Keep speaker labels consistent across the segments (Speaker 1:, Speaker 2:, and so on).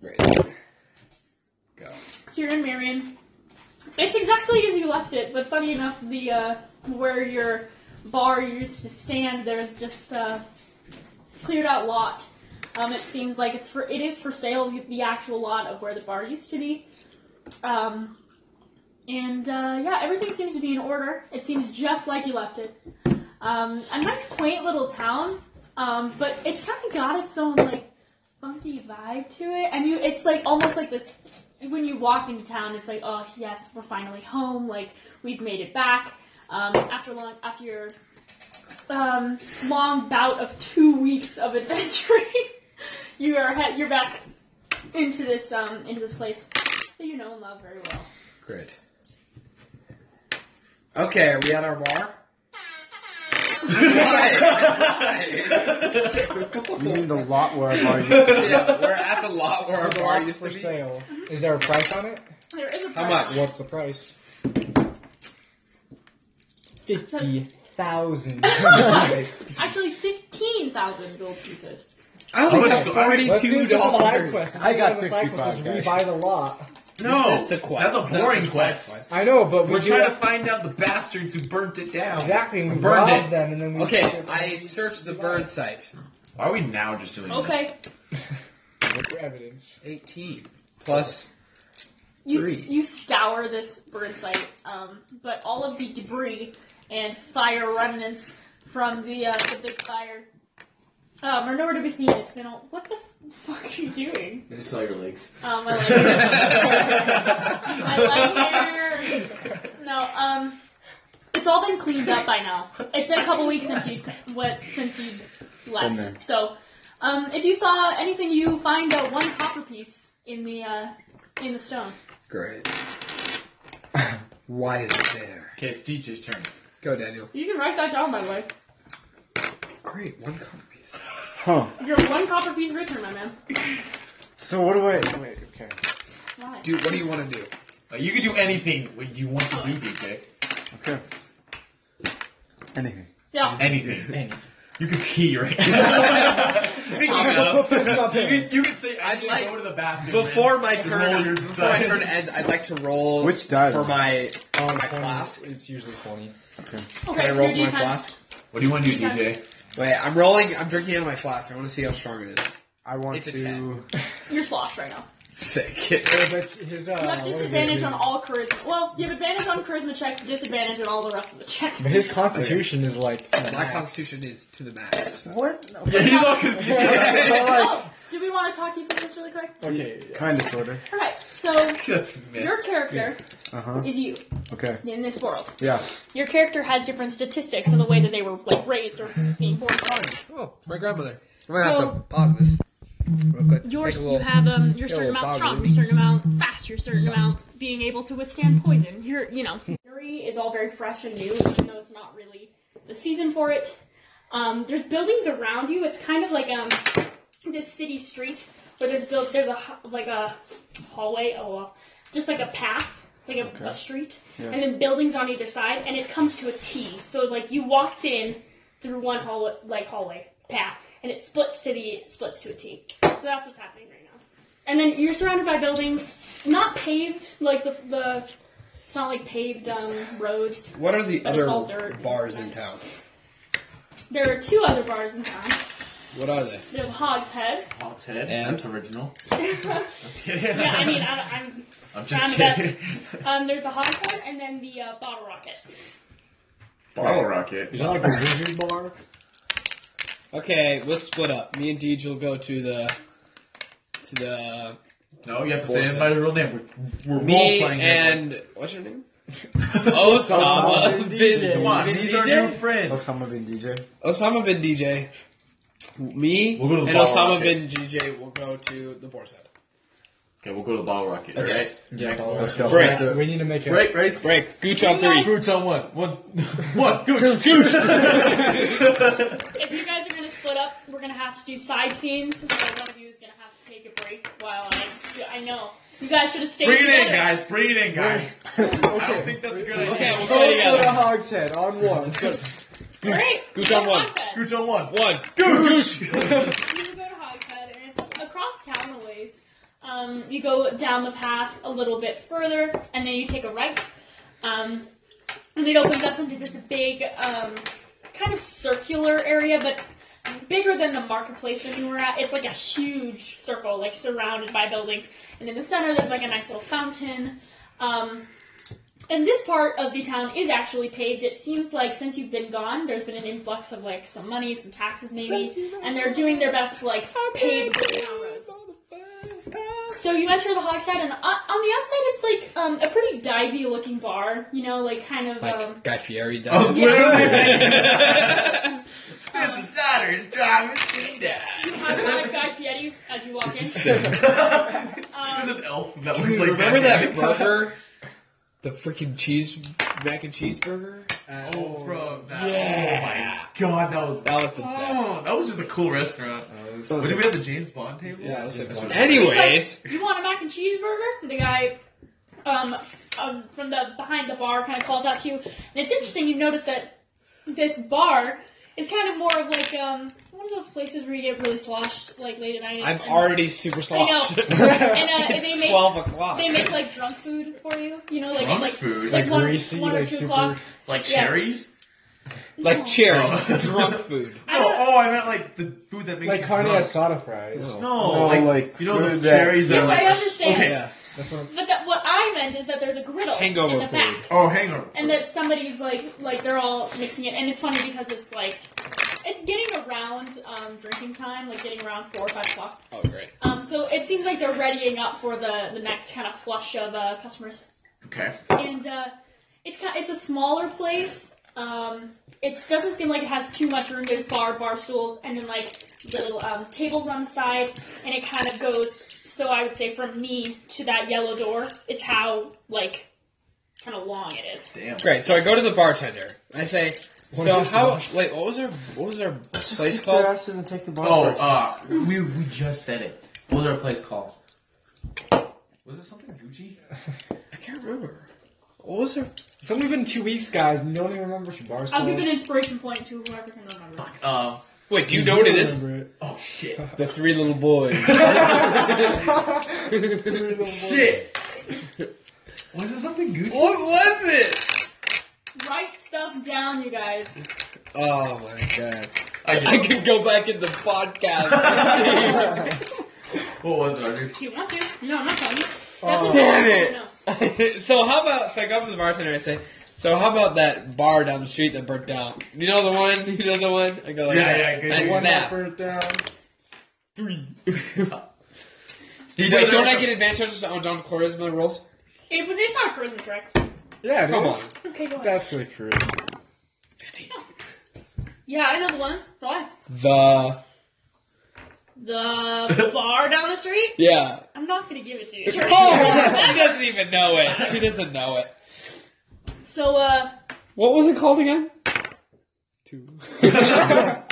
Speaker 1: Right. Go.
Speaker 2: Here in Marion. It's exactly as you left it, but funny enough, the uh, where your bar used to stand, there's just a cleared out lot. Um, it seems like it's for it is for sale the actual lot of where the bar used to be. Um, and uh, yeah, everything seems to be in order. It seems just like you left it. Um, a nice, quaint little town, um, but it's kind of got its own like funky vibe to it, and you it's like almost like this when you walk into town, it's like, oh yes, we're finally home. Like we've made it back um, after long after your um, long bout of two weeks of adventuring. you are he- you're back into this um, into this place that you know and love very well.
Speaker 1: Great. Okay, are we at our bar?
Speaker 3: You mean the lot where I've already
Speaker 1: Yeah, we're at the lot where
Speaker 4: So
Speaker 1: our
Speaker 4: the
Speaker 1: bar
Speaker 4: lot's
Speaker 1: used to
Speaker 4: for
Speaker 1: be.
Speaker 4: sale. Is there a price on it?
Speaker 2: There is a
Speaker 1: How
Speaker 2: price.
Speaker 1: much?
Speaker 4: What's the price? Fifty thousand.
Speaker 2: Actually, fifteen thousand gold pieces.
Speaker 1: I
Speaker 5: How
Speaker 1: only
Speaker 5: much
Speaker 1: have
Speaker 5: do I-
Speaker 4: Let's do
Speaker 1: forty-two
Speaker 4: this as a side
Speaker 1: dollars.
Speaker 4: quest.
Speaker 3: I got
Speaker 4: Let's do it as a side quest,
Speaker 3: 65,
Speaker 4: Let's rebuy
Speaker 3: guys.
Speaker 4: the lot.
Speaker 5: No,
Speaker 1: this is the quest.
Speaker 5: That's a
Speaker 1: not
Speaker 5: boring
Speaker 1: the side
Speaker 5: quest.
Speaker 4: I know, but we
Speaker 5: We're
Speaker 4: do
Speaker 5: trying
Speaker 4: have-
Speaker 5: to find out the bastards who burnt it down.
Speaker 4: exactly. We
Speaker 5: We burned
Speaker 4: robbed
Speaker 5: it.
Speaker 4: them, and then we
Speaker 1: Okay, I searched the bird site.
Speaker 5: Why are we now just doing this?
Speaker 2: Okay,
Speaker 4: Look for evidence.
Speaker 1: Eighteen plus.
Speaker 2: you
Speaker 1: Three.
Speaker 2: s- you scour this bird site, um, but all of the debris and fire remnants from the uh, the big fire um, are nowhere to be seen. It's been all. What the fuck are you doing?
Speaker 6: I just saw your legs.
Speaker 2: Um, I like I like your no. Um, it's all been cleaned up by now. It's been a couple weeks since you what since you
Speaker 1: Been
Speaker 2: left.
Speaker 1: there.
Speaker 2: So, um, if you saw anything, you find out one copper piece in the uh, in the stone.
Speaker 1: Great. Why is it there?
Speaker 5: Okay, it's DJ's turn.
Speaker 1: Go, Daniel.
Speaker 2: You can write that down, by the way.
Speaker 1: Great, one copper piece.
Speaker 3: Huh.
Speaker 2: You're one copper piece richer, my man.
Speaker 3: So what do I. Wait, okay.
Speaker 2: Why?
Speaker 1: Dude, what do you want to do?
Speaker 5: Uh, you can do anything when you want to do, DJ.
Speaker 3: Okay. Anything.
Speaker 2: Yeah.
Speaker 5: Anything. You could pee right now. Speaking of,
Speaker 4: Stop
Speaker 5: you
Speaker 4: it.
Speaker 5: could, you could say,
Speaker 1: I'd
Speaker 5: I need
Speaker 1: like-
Speaker 5: to go to the bathroom.
Speaker 1: Before my
Speaker 5: Roll
Speaker 1: turn,
Speaker 5: your
Speaker 1: before I turn ends, I'd like to roll
Speaker 3: Which die?
Speaker 1: for my
Speaker 4: Um,
Speaker 1: my
Speaker 4: 20.
Speaker 1: flask.
Speaker 4: It's usually twenty.
Speaker 1: Can
Speaker 2: Okay.
Speaker 1: I roll
Speaker 2: your
Speaker 1: for my
Speaker 2: D10.
Speaker 1: flask?
Speaker 5: What do you want to do,
Speaker 2: Yeah.
Speaker 5: DJ?
Speaker 1: Wait, I'm rolling. I'm drinking out of my flask. I want to see how strong it is.
Speaker 3: I want
Speaker 1: It's a
Speaker 3: to.
Speaker 2: You're sloshed right now.
Speaker 1: Sick.
Speaker 4: Yeah, but his uh.
Speaker 2: You have
Speaker 4: what is it?
Speaker 2: disadvantage
Speaker 4: His-
Speaker 2: on all charisma. Well, you have advantage on charisma checks, disadvantage on all the rest of the checks.
Speaker 4: But his constitution is like.
Speaker 1: My
Speaker 4: max.
Speaker 1: constitution is to the max.
Speaker 3: What?
Speaker 5: Yeah, he's all confused.
Speaker 2: oh, do we want to talk you through this really quick?
Speaker 4: Okay.
Speaker 3: Kind of, sort of.
Speaker 2: All right. So
Speaker 5: That's missed.
Speaker 2: your character
Speaker 3: Uh
Speaker 4: Uh-huh.
Speaker 3: huh.
Speaker 2: is you
Speaker 3: Okay.
Speaker 2: in this world.
Speaker 3: Yeah.
Speaker 2: Your character has different statistics in the way that they were like raised or being born.
Speaker 1: Oh, my grandmother. I'm gonna have to
Speaker 2: So-
Speaker 1: pause this. Real quick.
Speaker 2: Yours,
Speaker 1: Take a
Speaker 2: you
Speaker 1: little-
Speaker 2: have um, your
Speaker 1: get a
Speaker 2: certain
Speaker 1: little
Speaker 2: amount
Speaker 1: bothered.
Speaker 2: strong, your certain amount fast, your certain amount being able to withstand poison. Your, you know, fury is all very fresh and new, even though it's not really the season for it. Um, there's buildings around you. It's kind of like um, this city street where there's built there's a hu- like a hallway, oh, well, just like a path, like a, a street, and then buildings on either side, and it comes to a T. So like you walked in through one hallway, like hallway path, and it splits to the splits to a T. So that's what's happening right now. And then you're surrounded by buildings, not paved, like the the. It's not like paved um, roads.
Speaker 1: What are the
Speaker 2: But it's all
Speaker 1: other
Speaker 2: dirt.
Speaker 1: bars in town?
Speaker 2: There are two other bars in town.
Speaker 1: What are they?
Speaker 2: There's Hog's Head.
Speaker 5: Hawk's head.
Speaker 1: And?
Speaker 5: That's original.
Speaker 2: yeah,
Speaker 5: I'm just kidding.
Speaker 2: I mean, I, I'm.
Speaker 5: I'm just
Speaker 2: I'm the
Speaker 5: kidding.
Speaker 2: Um, there's the Hog's Head, and then the uh, Bottle Rocket.
Speaker 5: Bottle rocket.
Speaker 6: Is that like a wizard bar?
Speaker 1: Okay, let's split up. Me and Deej will go to the to the
Speaker 5: No, you have to say it by the real name. We're, we're role
Speaker 1: me
Speaker 5: playing.
Speaker 1: and what's your name? Osama
Speaker 3: Osama bin
Speaker 1: bin
Speaker 3: DJ.
Speaker 5: Come on, he's our new friend.
Speaker 3: Osama bin DJ.
Speaker 1: Osama bin DJ. Me
Speaker 5: We'll go to the
Speaker 1: and
Speaker 5: bar
Speaker 1: Osama
Speaker 5: market.
Speaker 1: bin DJ will go to the boar's head.
Speaker 5: Okay, we'll go to the bottle rocket.
Speaker 1: Okay.
Speaker 5: Right? Yeah,
Speaker 3: Let's go.
Speaker 1: Break.
Speaker 3: Let's do it.
Speaker 4: We need to make a.
Speaker 5: Right, right.
Speaker 1: Break. Gooch on
Speaker 2: Can you
Speaker 1: three.
Speaker 2: guys-
Speaker 5: Boots on one. One, one, gooch, gooch.
Speaker 2: If you guys are gonna split up, we're gonna have to do side scenes. So one of you is gonna have to take a break while I. I know you guys should have stayed
Speaker 5: Bring it
Speaker 2: together.
Speaker 5: in, guys. Bring it in, guys. I don't
Speaker 4: Okay.
Speaker 5: think that's a good idea. Oh,
Speaker 1: Okay, we'll
Speaker 4: Go
Speaker 1: stay
Speaker 4: for the
Speaker 1: together.
Speaker 4: hog's head on one.
Speaker 2: All right,
Speaker 1: Gooch
Speaker 2: go
Speaker 1: on
Speaker 2: to
Speaker 1: one.
Speaker 2: Hogshead.
Speaker 5: Gooch on one.
Speaker 1: One.
Speaker 5: Gooch.
Speaker 2: You can go to Hogshead, and it's across town a ways. Um, you go down the path a little bit further, and then you take a right. Um, and it opens up into this big, um, kind of circular area, but bigger than the marketplace that we were at. It's like a huge circle, like surrounded by buildings. And in the center, there's like a nice little fountain. Um, and this part of the town is actually paved. It seems like since you've been gone, there's been an influx of like some money, some taxes maybe, and they're doing their best to like pave the town roads. So you enter the Hogshead, and uh, on the outside, it's like um, a pretty divey looking bar. You know, like kind of. um,
Speaker 1: Like Guy Fieri
Speaker 5: I was
Speaker 1: does.
Speaker 5: literally This daughter's driving me
Speaker 2: You high five Guy Fieri as you walk in.
Speaker 5: down. There's
Speaker 2: Um,
Speaker 5: an elf that
Speaker 1: Dude,
Speaker 5: looks like
Speaker 1: remember that
Speaker 5: guy.
Speaker 1: burger? The freaking cheese mac and cheeseburger?
Speaker 5: Oh, from that.
Speaker 1: Yeah.
Speaker 5: Oh my god, that was
Speaker 1: That was the best.
Speaker 5: Oh, that was just a cool restaurant.
Speaker 3: So
Speaker 5: What
Speaker 3: it's
Speaker 5: did
Speaker 3: like-
Speaker 5: we have the James Bond table?
Speaker 1: Yeah, it was like
Speaker 5: That's what-
Speaker 1: Anyways,
Speaker 2: you want a mac and cheeseburger? And the guy um, um, from the behind the bar kind of calls out to you, and it's interesting. You notice that this bar is kind of more of like um, one of those places where you get really sloshed like late at night.
Speaker 1: I'm
Speaker 2: and-
Speaker 1: already super sloshed.
Speaker 2: And, uh,
Speaker 1: it's
Speaker 2: they make-
Speaker 1: 12 o'clock.
Speaker 2: They make like drunk food for you. You know, like
Speaker 5: Drunk
Speaker 2: it's like
Speaker 5: food,
Speaker 2: it's
Speaker 5: like,
Speaker 2: like, one,
Speaker 4: greasy,
Speaker 2: one or
Speaker 4: like
Speaker 2: two
Speaker 4: super-
Speaker 2: o'clock. yeah.
Speaker 5: cherries.
Speaker 1: like
Speaker 2: No.
Speaker 1: cherries,
Speaker 5: Oh.
Speaker 1: drunk food.
Speaker 2: I
Speaker 5: no,
Speaker 2: don't-
Speaker 5: oh, I meant like the food that makes
Speaker 4: Like
Speaker 5: you
Speaker 4: carne
Speaker 5: drunk.
Speaker 4: asada fries.
Speaker 5: No,
Speaker 3: No,
Speaker 5: like,
Speaker 3: like
Speaker 5: you know the
Speaker 3: food that-
Speaker 5: cherries that
Speaker 2: Yes,
Speaker 5: are like
Speaker 2: I understand.
Speaker 5: okay.
Speaker 1: Yeah.
Speaker 4: That's what I'm
Speaker 2: But that, what I meant is that there's a griddle
Speaker 1: Hangover
Speaker 2: in the back.
Speaker 1: food.
Speaker 5: Oh, hangover.
Speaker 2: and that somebody's like like they're all mixing it and it's funny because it's like it's getting around um, drinking time like getting around four or five o'clock
Speaker 1: Oh, great.
Speaker 2: um, so it seems like they're readying up for the the next kind of flush of uh, customers
Speaker 5: okay.
Speaker 2: and uh, it's kind it's a smaller place um, it doesn't seem like it has too much room there's bar bar stools and then like little um, tables on the side and it kind of goes so i would say from me to that yellow door is how like kind of long it is
Speaker 5: Damn.
Speaker 1: Great. So I go to the bartender. I say,
Speaker 4: What
Speaker 1: so
Speaker 4: is
Speaker 1: how?
Speaker 4: that?
Speaker 1: Wait, what was our what was our place
Speaker 3: Kick their
Speaker 1: called?
Speaker 3: asses and take the bar
Speaker 5: Oh,
Speaker 3: first.
Speaker 5: uh, we we just said it. What was our place called? Was it something Gucci?
Speaker 1: I can't remember. What was our?
Speaker 4: It's only been two weeks, guys, and you don't even remember your bar
Speaker 2: I'll give an inspiration point to whoever can remember.
Speaker 5: Um.
Speaker 1: Wait, do you know what it is?
Speaker 4: remember it.
Speaker 5: Oh shit.
Speaker 1: The Three Little Boys.
Speaker 5: Shit. Oh, Was it something Gucci?
Speaker 1: what was it?
Speaker 2: Write stuff down, you guys.
Speaker 1: Oh my god!
Speaker 5: I
Speaker 1: I could go back in the podcast. and
Speaker 5: What was it, Audrey?
Speaker 2: If you want to. No, I'm not telling you. That's
Speaker 4: Oh.
Speaker 2: a-
Speaker 1: Damn it.
Speaker 2: No.
Speaker 1: see. so how about? So I go up to the bartender. and I say, so how about that bar down the street that burnt down? You know the one? You know the one? I go like,
Speaker 5: Oh, Yeah,
Speaker 1: that.
Speaker 5: yeah, good.
Speaker 1: I
Speaker 5: The one
Speaker 1: snap.
Speaker 4: burnt down.
Speaker 1: Three.
Speaker 5: He
Speaker 1: Wait,
Speaker 5: doesn't
Speaker 1: don't I
Speaker 5: remember-
Speaker 1: get advantage on oh, Don Charisma rolls?
Speaker 2: It, but it's not a charisma track.
Speaker 4: Yeah, it
Speaker 1: Come
Speaker 4: is.
Speaker 1: on.
Speaker 2: Okay, go ahead.
Speaker 4: That's like true.
Speaker 1: Fifteen.
Speaker 2: Yeah, I know the one. Why?
Speaker 1: The
Speaker 2: The bar down the street?
Speaker 1: yeah.
Speaker 2: I'm not gonna give it to
Speaker 1: she
Speaker 2: you.
Speaker 1: Oh, doesn't even know it. She doesn't know it.
Speaker 2: so, uh,
Speaker 1: What was it called again? Two.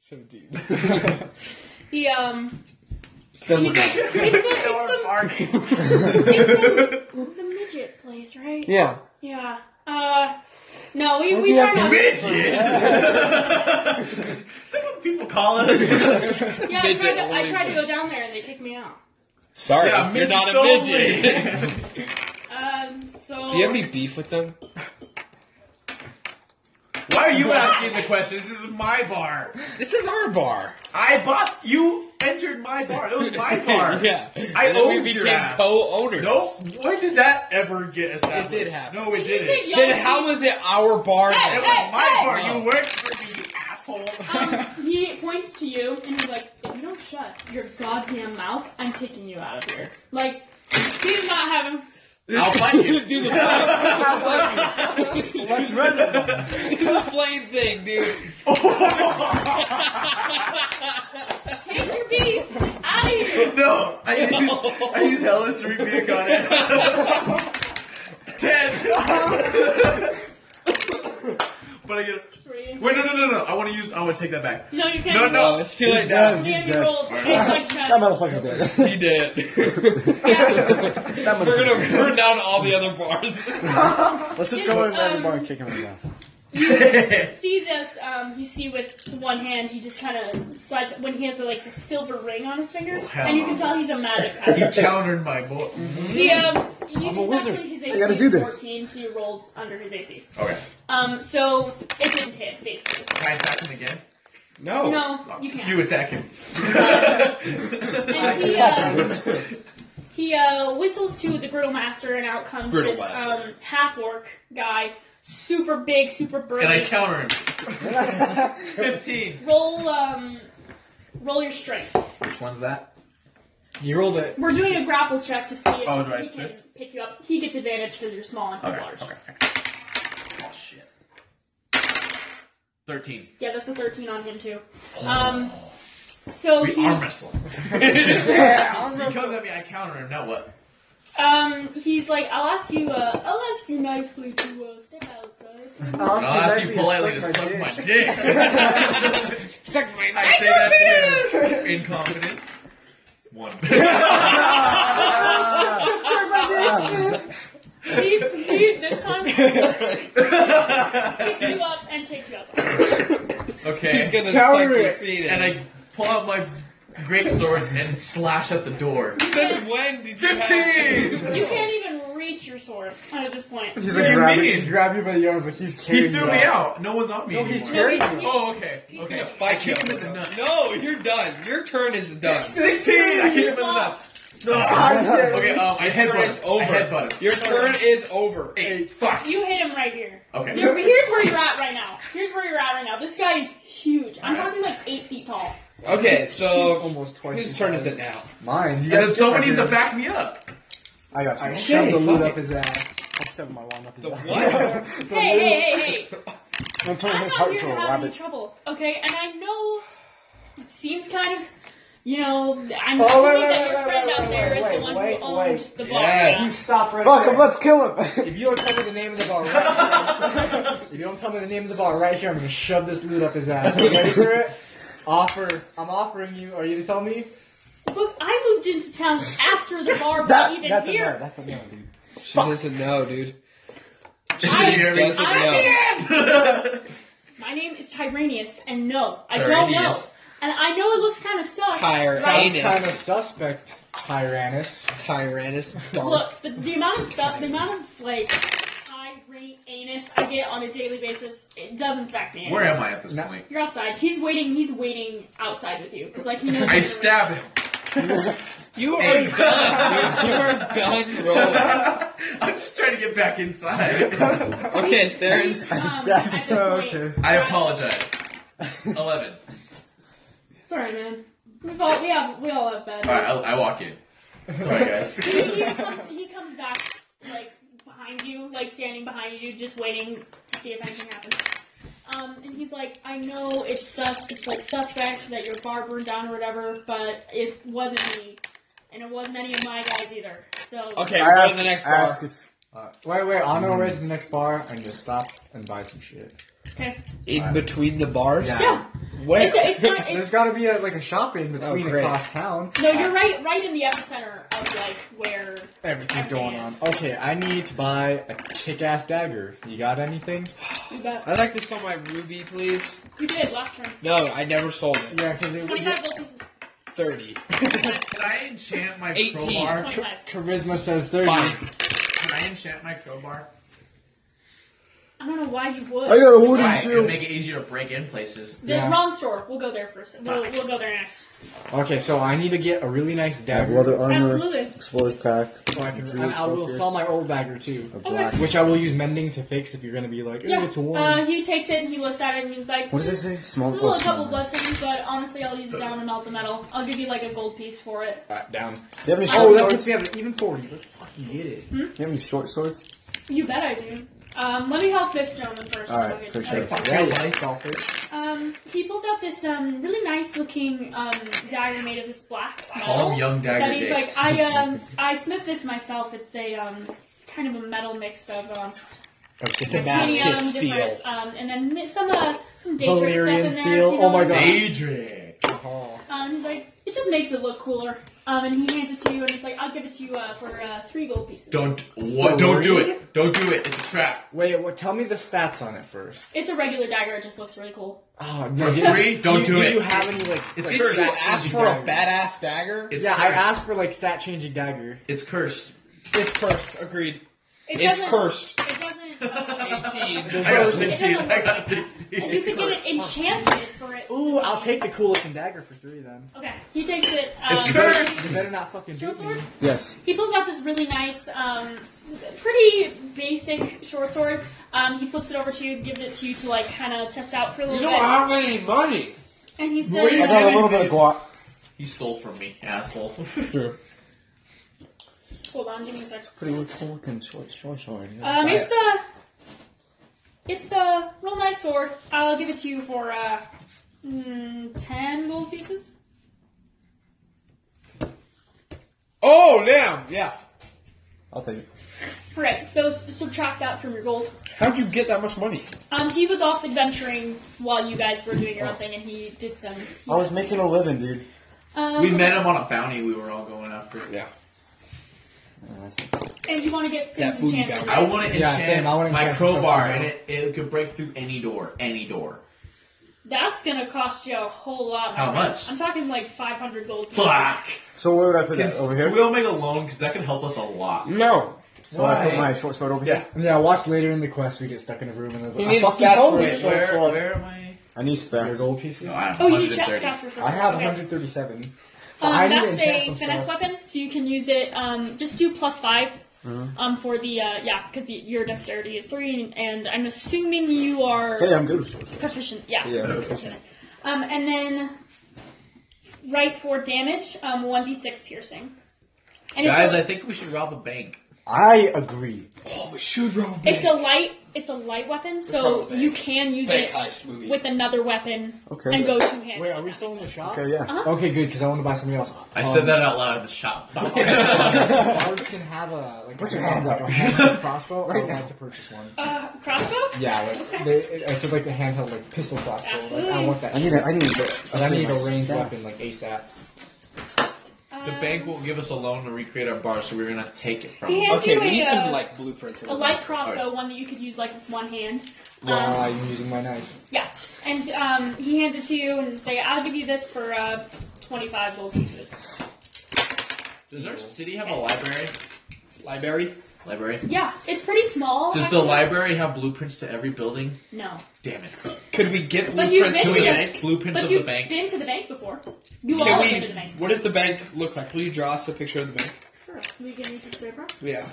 Speaker 1: Seventeen.
Speaker 2: the, um,
Speaker 1: Doesn't
Speaker 2: he's like,
Speaker 1: matter.
Speaker 2: it's the, it's the, it's the, the midget place, right?
Speaker 1: Yeah.
Speaker 2: Yeah. Uh, no, we,
Speaker 4: What'd
Speaker 2: we
Speaker 4: you
Speaker 2: try
Speaker 4: have to
Speaker 2: not
Speaker 5: Midget! Is that what people call us?
Speaker 2: Yeah, I tried,
Speaker 1: Midget
Speaker 2: to, I
Speaker 1: only.
Speaker 2: tried to go down there and they kicked me out.
Speaker 1: Sorry,
Speaker 5: Yeah,
Speaker 1: you're not a
Speaker 5: midgets
Speaker 1: midget.
Speaker 5: only.
Speaker 2: Um, so.
Speaker 1: Do you have any beef with them?
Speaker 5: Why are you asking the question? This is my bar.
Speaker 1: This is our bar.
Speaker 5: I bought. You entered my bar. That was my bar.
Speaker 1: yeah.
Speaker 5: I
Speaker 1: And then we
Speaker 5: owned your
Speaker 1: became
Speaker 5: ass.
Speaker 1: co-owners.
Speaker 5: No. When did that ever get established?
Speaker 1: It did happen.
Speaker 5: No, it
Speaker 2: You
Speaker 5: didn't.
Speaker 2: did
Speaker 5: It
Speaker 2: y'all
Speaker 1: Then how was it our bar?
Speaker 2: Hey,
Speaker 1: then?
Speaker 5: was
Speaker 2: hey.
Speaker 5: my bar.
Speaker 1: No.
Speaker 5: You worked for me, you asshole.
Speaker 2: Um, he points to you and he's like, if you don't shut your goddamn mouth, I'm kicking you out of here. Like, he's not having.
Speaker 5: I'll find you.
Speaker 1: do the flame. do the
Speaker 4: Let's run it.
Speaker 1: flame. do the flame thing, dude.
Speaker 5: Oh.
Speaker 2: Take your beef out of here!
Speaker 5: No, I use, I use Hellas to rebuke on it. Ten. but I get. Wait, no, no, no, no. I want to use. I want to take that back.
Speaker 2: No, you can't.
Speaker 5: No, no.
Speaker 1: No, it's too late
Speaker 3: He's
Speaker 1: now.
Speaker 3: done.
Speaker 2: Andy
Speaker 3: He's dead.
Speaker 2: rolls. It's like
Speaker 4: That
Speaker 2: chess.
Speaker 4: motherfucker's dead.
Speaker 1: He did.
Speaker 2: Yeah.
Speaker 3: That
Speaker 1: We're
Speaker 3: motherfucker.
Speaker 1: gonna burn down all the other bars.
Speaker 3: Let's just go in another bar and kick him in the ass.
Speaker 2: you see this. Um, you see with one hand, he just kind of slides when he has like the silver ring on his finger,
Speaker 5: Oh, hell
Speaker 2: and you
Speaker 5: no.
Speaker 2: can tell he's a magic
Speaker 5: He
Speaker 2: caster.
Speaker 5: countered my boy.
Speaker 2: He, um, you,
Speaker 3: Mm. I'm a
Speaker 2: he's
Speaker 3: wizard.
Speaker 2: Actually, his AC
Speaker 3: gotta
Speaker 2: is
Speaker 3: do this.
Speaker 2: 14, he rolled under his AC.
Speaker 5: Okay.
Speaker 2: Um, so it didn't hit, basically.
Speaker 5: Can I attack him again?
Speaker 1: No.
Speaker 3: Oh,
Speaker 2: no, you can't.
Speaker 5: You attack him.
Speaker 2: And he, uh, he uh, whistles to the griddle master, and out comes
Speaker 1: Griddle
Speaker 2: this
Speaker 1: Master.
Speaker 2: um, half orc guy, super big, super brave.
Speaker 5: and I counter him.
Speaker 2: um,
Speaker 5: 15.
Speaker 2: roll, um, roll your strength.
Speaker 5: Which one's that?
Speaker 4: You rolled it.
Speaker 2: We're doing a grapple check to see if
Speaker 5: Oh, do I
Speaker 2: he can
Speaker 5: miss?
Speaker 2: pick you up. He gets advantage because you're small and he's
Speaker 5: Okay.
Speaker 2: large.
Speaker 5: Okay. Oh, shit. 13.
Speaker 2: Yeah, that's a 13 on him too. Um, so
Speaker 5: we
Speaker 2: he,
Speaker 5: arm wrestle.
Speaker 3: Yeah, I'm
Speaker 5: He
Speaker 3: not-
Speaker 5: comes at me, I counter him. Now what?
Speaker 2: um, he's like, I'll ask you, uh, I'll ask you nicely to uh, step outside.
Speaker 3: I'll
Speaker 5: I'll ask you politely to suck my dick. I
Speaker 1: Suck my
Speaker 5: say that to him in confidence. One.
Speaker 2: he, he this time picks you up and takes you outside.
Speaker 1: He's
Speaker 5: okay.
Speaker 1: gonna
Speaker 4: Counter
Speaker 1: suck your
Speaker 4: it.
Speaker 1: feet in.
Speaker 5: And I pull out my great sword and slash at the door.
Speaker 1: Since when did you have...
Speaker 5: 15!
Speaker 2: You can't even reach your sword at this point.
Speaker 3: He's
Speaker 5: What do
Speaker 3: like
Speaker 5: you
Speaker 3: grabbing.
Speaker 5: mean?
Speaker 4: Grabbed you by the arms like he's
Speaker 5: He
Speaker 4: carrying
Speaker 5: threw
Speaker 4: you
Speaker 5: me out. No one's on me
Speaker 4: No, he's
Speaker 5: anymore.
Speaker 4: carrying
Speaker 2: No, he-
Speaker 4: you.
Speaker 5: Oh, okay.
Speaker 1: He's
Speaker 5: Okay.
Speaker 1: gonna
Speaker 5: I
Speaker 1: fight you.
Speaker 5: kick him in the nuts.
Speaker 1: No, you're done. Your turn is done.
Speaker 5: 16! I kick him in the
Speaker 2: Stop.
Speaker 5: nuts. Okay, um, I
Speaker 1: Your turn
Speaker 5: headbutt
Speaker 1: is
Speaker 5: him.
Speaker 1: over.
Speaker 5: I headbutt him.
Speaker 1: Your turn is over.
Speaker 5: Eight. Fuck.
Speaker 2: You hit him right here.
Speaker 5: Okay.
Speaker 2: Here- Here's where you're at right now. Here's where you're at right now. This guy is huge. I'm talking like eight feet tall.
Speaker 1: Okay,
Speaker 4: Oh,
Speaker 1: so
Speaker 3: Almost twice.
Speaker 1: whose
Speaker 3: his
Speaker 1: turn is
Speaker 3: size.
Speaker 1: it now?
Speaker 3: Mine. You
Speaker 5: And
Speaker 3: guys
Speaker 5: then
Speaker 3: get
Speaker 5: someone
Speaker 3: my
Speaker 5: needs to
Speaker 3: hand.
Speaker 5: back me up.
Speaker 3: I got you.
Speaker 4: I
Speaker 1: Okay,
Speaker 4: shoved the loot
Speaker 1: fuck
Speaker 4: up
Speaker 1: it.
Speaker 4: his ass. I shoved my wand up his
Speaker 1: The
Speaker 4: ass.
Speaker 1: what?
Speaker 4: The
Speaker 2: Hey,
Speaker 4: loot.
Speaker 2: hey, hey, hey.
Speaker 3: I'm turning
Speaker 2: I'm
Speaker 3: his
Speaker 2: not
Speaker 3: heart
Speaker 2: here
Speaker 3: to
Speaker 2: to
Speaker 3: a
Speaker 2: have any
Speaker 3: rabbit.
Speaker 2: trouble. Okay, and I know it seems kind of, you know, I'm
Speaker 4: Oh, wait,
Speaker 2: assuming
Speaker 4: wait,
Speaker 2: that your
Speaker 4: wait,
Speaker 2: friend
Speaker 4: wait,
Speaker 2: out there
Speaker 4: wait,
Speaker 2: is
Speaker 4: wait,
Speaker 2: the one
Speaker 4: wait,
Speaker 2: who owned
Speaker 4: wait.
Speaker 2: the bar.
Speaker 1: Yes.
Speaker 4: Stop right
Speaker 3: Fuck
Speaker 4: there.
Speaker 3: him, let's kill him.
Speaker 4: If you don't tell me the name of the bar right if you don't tell me the name of the bar right here, I'm gonna shove this loot up his ass. You ready for it? Offer. I'm offering you. Are you to tell me?
Speaker 2: Look, I moved into town after the bar was
Speaker 3: That-
Speaker 2: even
Speaker 3: that's a
Speaker 2: here.
Speaker 3: no. That's a no, dude.
Speaker 1: She doesn't know, dude.
Speaker 2: I-
Speaker 5: You hear me?
Speaker 1: doesn't
Speaker 2: I
Speaker 1: know.
Speaker 2: My name is Tyranius, and no, I don't know.
Speaker 5: Tyranius.
Speaker 2: And I know it looks kind of sus.
Speaker 1: Tyranus.
Speaker 2: right?
Speaker 4: That's kind of suspect, Tyrannus.
Speaker 1: Tyrannus. Darth.
Speaker 2: Look, the, the amount of stuff, the amount of like Tyranius I get on a daily basis, it doesn't affect me.
Speaker 5: Where am I at this
Speaker 4: No.
Speaker 5: point?
Speaker 2: You're outside. He's waiting. He's waiting outside with you because like he knows.
Speaker 5: I
Speaker 2: you're-
Speaker 5: stab him.
Speaker 1: You
Speaker 5: Hey.
Speaker 1: are done, dude. You are done rolling.
Speaker 5: I'm just trying to get back inside.
Speaker 1: Okay, Theron.
Speaker 2: He's, um,
Speaker 3: Stab.
Speaker 2: at this point-
Speaker 3: Okay.
Speaker 5: I apologize. Eleven.
Speaker 2: It's alright, man. We've all, we, have, we all have bad
Speaker 5: All right,
Speaker 2: days.
Speaker 5: I, I walk in. Sorry,
Speaker 2: he,
Speaker 5: guys.
Speaker 2: he, comes, he comes back, like, behind you, like, standing behind you, just waiting to see if anything happens. Um, and he's like, I know it's sus, it's like suspect that your bar burned down or whatever, but it wasn't me, and it wasn't any of my guys either. So,
Speaker 1: Okay,
Speaker 3: I
Speaker 1: go to
Speaker 3: ask,
Speaker 1: the next
Speaker 3: I
Speaker 1: bar.
Speaker 3: ask if
Speaker 4: Uh, wait, wait. On our way to the next bar, I'm gonna stop and buy some shit.
Speaker 1: In between the bars?
Speaker 4: Yeah.
Speaker 2: yeah,
Speaker 1: Where?
Speaker 2: it's, it's not,
Speaker 4: There's
Speaker 2: it's,
Speaker 4: gotta be a, like a shop in between
Speaker 1: Oh, great.
Speaker 4: across town.
Speaker 2: no, you're right, right in the epicenter of, like, where,
Speaker 4: Everything's
Speaker 2: Everything
Speaker 4: going on.
Speaker 2: is.
Speaker 4: Okay, I need to buy a kick-ass dagger. You got anything?
Speaker 2: you got,
Speaker 1: I'd like to sell my ruby, please.
Speaker 2: you did last turn.
Speaker 1: No, I never sold it.
Speaker 4: Yeah, because it was
Speaker 2: 25 gold pieces,
Speaker 1: 30.
Speaker 5: Can I enchant my
Speaker 1: 18.
Speaker 5: crowbar?
Speaker 2: 25.
Speaker 4: charisma says thirty.
Speaker 1: Fine.
Speaker 5: Can I enchant my crowbar?
Speaker 2: I don't know why you would.
Speaker 3: I got a wooden
Speaker 5: Why? To
Speaker 3: shield.
Speaker 5: make it easier to break in places.
Speaker 2: The
Speaker 4: Yeah.
Speaker 2: wrong store. We'll go there first. We'll,
Speaker 5: Fuck.
Speaker 2: we'll go there next.
Speaker 4: Okay, so I need to get a really nice
Speaker 3: I have
Speaker 4: dagger.
Speaker 3: leather armor,
Speaker 2: Absolutely.
Speaker 3: explorer's pack,
Speaker 4: so I can.
Speaker 3: Drew
Speaker 4: And I will
Speaker 3: focus.
Speaker 4: sell my old dagger too,
Speaker 3: a
Speaker 2: Okay.
Speaker 3: black.
Speaker 4: which I will use mending to fix. If you're gonna be like, "Ooh,
Speaker 2: Yeah.
Speaker 4: it's warm."
Speaker 2: Uh, he takes it and he looks at it and he was like,
Speaker 3: What does it say? Small
Speaker 2: There's a little
Speaker 3: small
Speaker 2: couple
Speaker 3: man.
Speaker 2: blood stains, but honestly, I'll use it down and melt the metal. I'll give you like a gold piece for it.
Speaker 4: Alright, down.
Speaker 3: Do you have any
Speaker 4: Oh,
Speaker 3: short
Speaker 4: that
Speaker 3: swords?
Speaker 4: puts me at an even forty. Let's fucking get it.
Speaker 3: Do you have any short swords?
Speaker 2: You bet I do. Um, let me help this gentleman first.
Speaker 3: All
Speaker 2: and
Speaker 3: right,
Speaker 2: I'll get
Speaker 3: for
Speaker 2: you-
Speaker 3: sure.
Speaker 2: okay.
Speaker 4: Yeah, yeah, selfish.
Speaker 2: Um, he pulls out this um really nice looking um dagger made of this black
Speaker 4: Oh.
Speaker 5: Call him
Speaker 2: metal.
Speaker 5: Young Dagger
Speaker 2: That he's
Speaker 5: Dick.
Speaker 2: like, I um I smith this myself. It's a um it's kind of a metal mix of um
Speaker 1: Damascus
Speaker 2: Titanium,
Speaker 1: steel.
Speaker 2: different, Um, and then mi- some uh, some dangerous
Speaker 4: Valyrian
Speaker 2: stuff in
Speaker 4: steel.
Speaker 2: there. you
Speaker 4: Oh my
Speaker 2: know,
Speaker 4: god.
Speaker 5: Daedric.
Speaker 4: Oh.
Speaker 2: Um, he's like, it just makes it look cooler. Um, and he hands it to you, and it's like, I'll give it to you uh, for uh, three gold pieces.
Speaker 5: Don't what? Don't do it. Don't do it. It's a trap.
Speaker 4: Wait, well, tell me the stats on it first.
Speaker 2: It's a regular dagger. It just looks really cool.
Speaker 4: Oh
Speaker 5: For
Speaker 4: no! do-
Speaker 5: free, don't
Speaker 4: do,
Speaker 5: do
Speaker 4: you
Speaker 5: it.
Speaker 4: have any like?
Speaker 5: It's
Speaker 4: like,
Speaker 5: cursed.
Speaker 1: You
Speaker 4: stat
Speaker 1: asked
Speaker 4: changing
Speaker 1: for a
Speaker 4: daggers?
Speaker 1: badass dagger?
Speaker 5: It's
Speaker 4: yeah, I
Speaker 5: cursed.
Speaker 4: asked for like stat changing dagger.
Speaker 5: It's cursed.
Speaker 1: It's cursed. Agreed.
Speaker 2: It
Speaker 1: It's
Speaker 2: doesn't-
Speaker 1: cursed.
Speaker 2: It doesn't. Uh,
Speaker 1: 18.
Speaker 5: I got
Speaker 4: It's
Speaker 5: 16. I got
Speaker 2: and you
Speaker 5: 16.
Speaker 2: can get it enchanted for it.
Speaker 4: Ooh, I'll take the coolest in dagger for three then.
Speaker 2: Okay, he takes it. Um,
Speaker 5: It's cursed.
Speaker 4: You better not fucking
Speaker 2: Short
Speaker 4: beat me.
Speaker 2: sword.
Speaker 3: Yes.
Speaker 2: He pulls out this really nice, um, pretty basic short sword. Um, he flips it over to you, gives it to you to like kind of test out for a
Speaker 1: You
Speaker 2: little
Speaker 1: don't
Speaker 2: bit,
Speaker 1: have any money.
Speaker 2: and he
Speaker 1: What do
Speaker 3: I
Speaker 1: you
Speaker 2: says,
Speaker 3: got a little bit of guac.
Speaker 5: He stole from me, asshole.
Speaker 2: "Hold on, give me a sec."
Speaker 3: Pretty cool looking short, short sword.
Speaker 2: Um, it's a, it's a real nice sword. I'll give it to you for uh, mm, ten gold pieces.
Speaker 1: Oh, damn. Yeah.
Speaker 3: I'll take it.
Speaker 2: All right, so s- subtract that from your gold.
Speaker 1: How'd you get that much money?
Speaker 2: Um, he was off adventuring while you guys were doing your own thing, and he did some. he
Speaker 3: I was
Speaker 2: did
Speaker 3: making a living, dude.
Speaker 2: some- Um,
Speaker 5: we met him on a bounty we were all going after.
Speaker 2: And you want to get
Speaker 1: That
Speaker 2: things
Speaker 1: booty
Speaker 2: enchanted.
Speaker 1: guy.
Speaker 5: I want to enchant
Speaker 4: Yeah, same. I wanna
Speaker 5: my
Speaker 4: enchant some
Speaker 5: crowbar,
Speaker 4: stuff
Speaker 5: and it, it could break through any door. Any door.
Speaker 2: That's gonna cost you a whole lot.
Speaker 5: How
Speaker 2: more.
Speaker 5: much?
Speaker 2: I'm talking like 500 gold. pieces.
Speaker 5: Fuck!
Speaker 3: So where would I put
Speaker 5: Can
Speaker 3: that? Over here?
Speaker 5: we all make a loan? Because that could help us a lot.
Speaker 1: No.
Speaker 3: So I put
Speaker 4: Why?
Speaker 3: my short sword over
Speaker 1: Yeah.
Speaker 3: here?
Speaker 4: Yeah, watch later in the quest we get stuck in a room and they're like,
Speaker 1: needs
Speaker 4: I fucking
Speaker 1: stats
Speaker 4: told
Speaker 1: for
Speaker 4: you.
Speaker 1: it.
Speaker 5: Where,
Speaker 1: sword.
Speaker 5: where am I?
Speaker 3: I need
Speaker 4: Your
Speaker 3: specs.
Speaker 4: gold pieces?
Speaker 5: No, I don't know,
Speaker 2: Oh, you need chat stats
Speaker 5: 130.
Speaker 2: for sure.
Speaker 4: I have
Speaker 2: Okay.
Speaker 4: 137. I
Speaker 2: Um,
Speaker 4: need to
Speaker 2: that's
Speaker 4: enchant
Speaker 2: a
Speaker 4: some
Speaker 2: finesse
Speaker 4: stuff.
Speaker 2: weapon, so you can use it. Um, just do plus 5
Speaker 4: Mm-hmm.
Speaker 2: Um, for the uh, yeah, because your dexterity is three, and I'm assuming you are
Speaker 3: Hey, I'm good with short
Speaker 2: proficient. Yeah.
Speaker 3: Yeah,
Speaker 2: proficient. Um, and then right for damage, um, one d6 piercing. And
Speaker 5: Guys,
Speaker 2: it's
Speaker 5: I
Speaker 2: a,
Speaker 5: think we should rob a bank.
Speaker 3: I agree.
Speaker 1: Oh, we should rob a
Speaker 2: it's a light, it's a light weapon, so
Speaker 1: probably-
Speaker 2: you can use
Speaker 1: bank
Speaker 2: it
Speaker 1: heist movie.
Speaker 2: with another weapon
Speaker 3: Okay.
Speaker 2: and go two handed.
Speaker 4: Wait, are we still in the shop?
Speaker 3: Okay, yeah.
Speaker 4: Okay, good, because I want to buy something else.
Speaker 5: I
Speaker 4: Um,
Speaker 5: said that out loud in the shop.
Speaker 4: Bards can have a like.
Speaker 3: Put
Speaker 4: a-
Speaker 3: your hands up.
Speaker 4: a handheld crossbow. I would like to purchase one.
Speaker 2: Uh, crossbow?
Speaker 4: Yeah, like they, it- it's like a handheld like pistol crossbow. Like, I want that.
Speaker 3: I need a, I need a,
Speaker 4: But I need a
Speaker 3: my
Speaker 4: ranged
Speaker 3: staff.
Speaker 4: weapon like ASAP.
Speaker 5: the
Speaker 2: Um,
Speaker 5: bank won't give us a loan to recreate our bar, so we're gonna take it from.
Speaker 2: He
Speaker 5: them.
Speaker 2: hands
Speaker 1: Okay,
Speaker 2: you
Speaker 1: we
Speaker 2: a,
Speaker 1: need some
Speaker 2: uh,
Speaker 1: like blueprints.
Speaker 2: a light crossbow, one that you could use like with one hand. Um,
Speaker 4: While I'm using my knife.
Speaker 2: Yeah, and um, he hands it to you and say, "I'll give you this for uh, twenty-five gold pieces."
Speaker 5: Does our city have a library?
Speaker 1: library.
Speaker 5: Library.
Speaker 2: Yeah, it's pretty small.
Speaker 5: Does the
Speaker 2: actually.
Speaker 5: library have blueprints to every building?
Speaker 2: No,
Speaker 5: Damn it!
Speaker 1: Could we get
Speaker 2: But you've
Speaker 1: blueprints to
Speaker 2: been
Speaker 1: the
Speaker 2: to-
Speaker 1: bank?
Speaker 5: Blueprints
Speaker 2: but
Speaker 5: of the
Speaker 2: you've
Speaker 5: bank.
Speaker 2: been to the bank before. You all
Speaker 1: Can
Speaker 2: have been to the
Speaker 1: we?
Speaker 2: bank.
Speaker 1: What does the bank look like? Will you draw us a picture of the bank?
Speaker 2: Sure, we can use this paper.
Speaker 1: Yeah.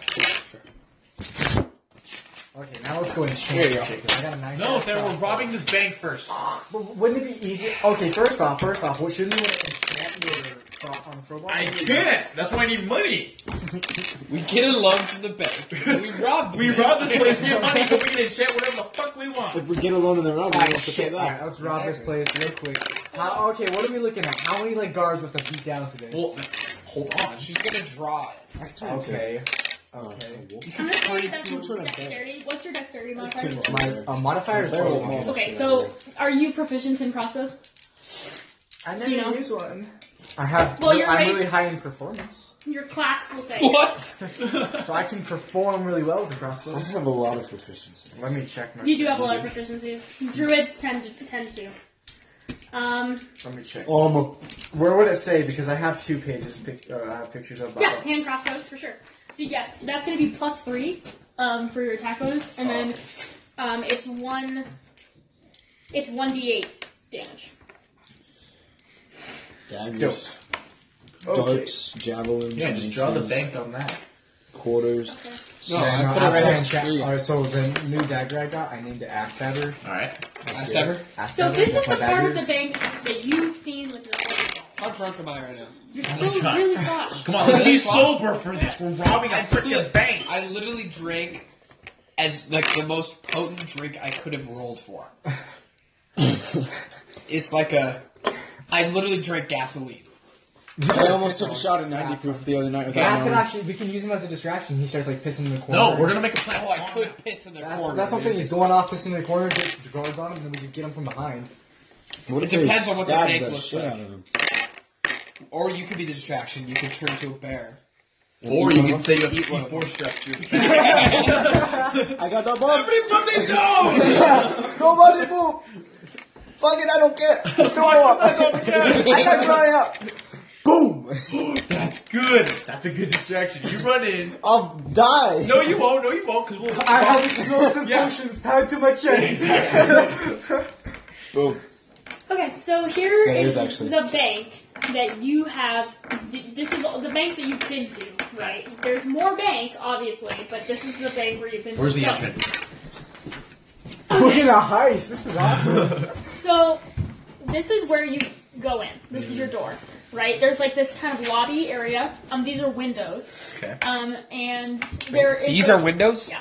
Speaker 4: Okay, now let's go and
Speaker 1: Here you
Speaker 4: change the
Speaker 1: go.
Speaker 4: shit. 'cause I got a nice.
Speaker 5: No,
Speaker 4: ass
Speaker 5: if they were
Speaker 4: crossbow.
Speaker 5: robbing this bank first.
Speaker 4: But wouldn't it be easy? Okay, first off, first off, what shouldn't you enchant your cross on crowbar?
Speaker 5: I can't. That's why I need money.
Speaker 1: We get a loan from the bank. and we rob. the
Speaker 5: We
Speaker 1: bank.
Speaker 5: rob this place, get money, but we can enchant whatever the fuck we want.
Speaker 3: If we get a loan in the
Speaker 2: Ah,
Speaker 3: round, we
Speaker 4: Alright,
Speaker 3: have to pay
Speaker 4: shit. Alright,
Speaker 3: back.
Speaker 4: let's rob this place real quick. How, okay, what are we looking at? How many like guards with to beat down for this?
Speaker 5: Well, hold on.
Speaker 1: She's gonna draw it.
Speaker 4: okay. Okay.
Speaker 3: Okay.
Speaker 2: I'm gonna say
Speaker 1: It's
Speaker 2: that's
Speaker 1: two
Speaker 3: and a half.
Speaker 2: dexterity. What's your dexterity
Speaker 3: two
Speaker 2: modifier?
Speaker 3: and
Speaker 4: My uh, modifier is
Speaker 3: Very
Speaker 4: twelve.
Speaker 3: small.
Speaker 2: Okay, so are you proficient in crossbows?
Speaker 4: I
Speaker 2: You know?
Speaker 4: use one. I have.
Speaker 2: Well, your
Speaker 4: I'm
Speaker 2: race-
Speaker 4: really high in performance,
Speaker 2: Your class will say.
Speaker 1: What?
Speaker 4: so I can perform really well with the
Speaker 3: I
Speaker 4: crossbow.
Speaker 3: have a lot of proficiency.
Speaker 4: Let me check my.
Speaker 2: You do have a lot of proficiencies. Druids tend to tend to. Um,
Speaker 4: Let me check.
Speaker 3: Oh, I'm a,
Speaker 4: Where would it say? Because I have two pages. Pic- uh, I have pictures of.
Speaker 2: yeah, hand crossbows for sure. So yes, that's going to be plus three um, for your attack bonus, and then um, it's one. It's one d8 damage.
Speaker 3: daggers,
Speaker 4: Okay.
Speaker 3: darts, javelins.
Speaker 5: Yeah, just draw the bank on that.
Speaker 3: Quarters.
Speaker 2: Okay.
Speaker 1: No,
Speaker 4: Yeah,
Speaker 1: I
Speaker 4: no,
Speaker 1: put it right
Speaker 4: after I
Speaker 1: on
Speaker 4: check-
Speaker 1: screen.
Speaker 4: Alright, so the new dagger I got, I named it Ass Stabber.
Speaker 5: All right.
Speaker 1: Ass stabber?
Speaker 4: Ass
Speaker 2: So
Speaker 4: Stabber,
Speaker 2: this is
Speaker 4: that's
Speaker 2: the
Speaker 4: my
Speaker 2: part of
Speaker 4: dagger.
Speaker 2: the bank that you've seen with your eyes.
Speaker 1: How drunk am I right now?
Speaker 2: You're
Speaker 5: my
Speaker 2: still
Speaker 5: God.
Speaker 2: really soft.
Speaker 5: Come on, let's be
Speaker 1: Yes.
Speaker 5: sober for this. We're robbing a
Speaker 1: I
Speaker 5: freaking
Speaker 1: split.
Speaker 5: bank.
Speaker 1: I literally drank as like the most potent drink I could have rolled for. it's like a. I literally drank gasoline.
Speaker 3: I almost took a shot at 90 proof the other night without
Speaker 4: Matt can
Speaker 3: knowing.
Speaker 4: actually, we can use him as a distraction. He starts like pissing in the corner.
Speaker 5: Um, No, we're gonna make a plan.
Speaker 1: Oh, I could piss in the
Speaker 4: That's,
Speaker 1: corner.
Speaker 4: that's what I'm saying.
Speaker 1: dude.
Speaker 4: He's going off, pissing in the corner, get the guards on him, and then we can get him from behind.
Speaker 3: What
Speaker 1: It
Speaker 3: if they
Speaker 1: depends on what the
Speaker 3: stab
Speaker 1: bank
Speaker 3: the
Speaker 1: looks
Speaker 3: shit
Speaker 1: like.
Speaker 3: out of him?
Speaker 1: Or you could be the distraction. You could turn to a bear.
Speaker 6: Or you can say you have
Speaker 1: Eat one of
Speaker 6: C4 strapped to your
Speaker 3: I got that bomb.
Speaker 5: Everybody go!
Speaker 3: Nobody move. Fuck it, I don't care. Let's throw up. I don't care. I got dry up. Boom.
Speaker 5: That's good. That's a good distraction. You run in.
Speaker 3: I'll die.
Speaker 5: No, you won't. No, you won't. Because we'll.
Speaker 4: I have explosive potions tied to my chest.
Speaker 3: Boom.
Speaker 2: Okay, so here
Speaker 3: That
Speaker 2: is,
Speaker 3: is actually-
Speaker 2: the bank that you have. th- This is the bank that you've been to, right? There's more bank, obviously, but this is the bank where you've been.
Speaker 5: Where's the
Speaker 2: So-
Speaker 5: entrance?
Speaker 4: We're in a heist. This is awesome.
Speaker 2: So, this is where you go in. This is your door, right? There's like this kind of lobby area. Um, these are windows.
Speaker 5: Okay.
Speaker 2: Um, and there is
Speaker 1: These
Speaker 2: a-
Speaker 1: are windows.
Speaker 2: Yeah.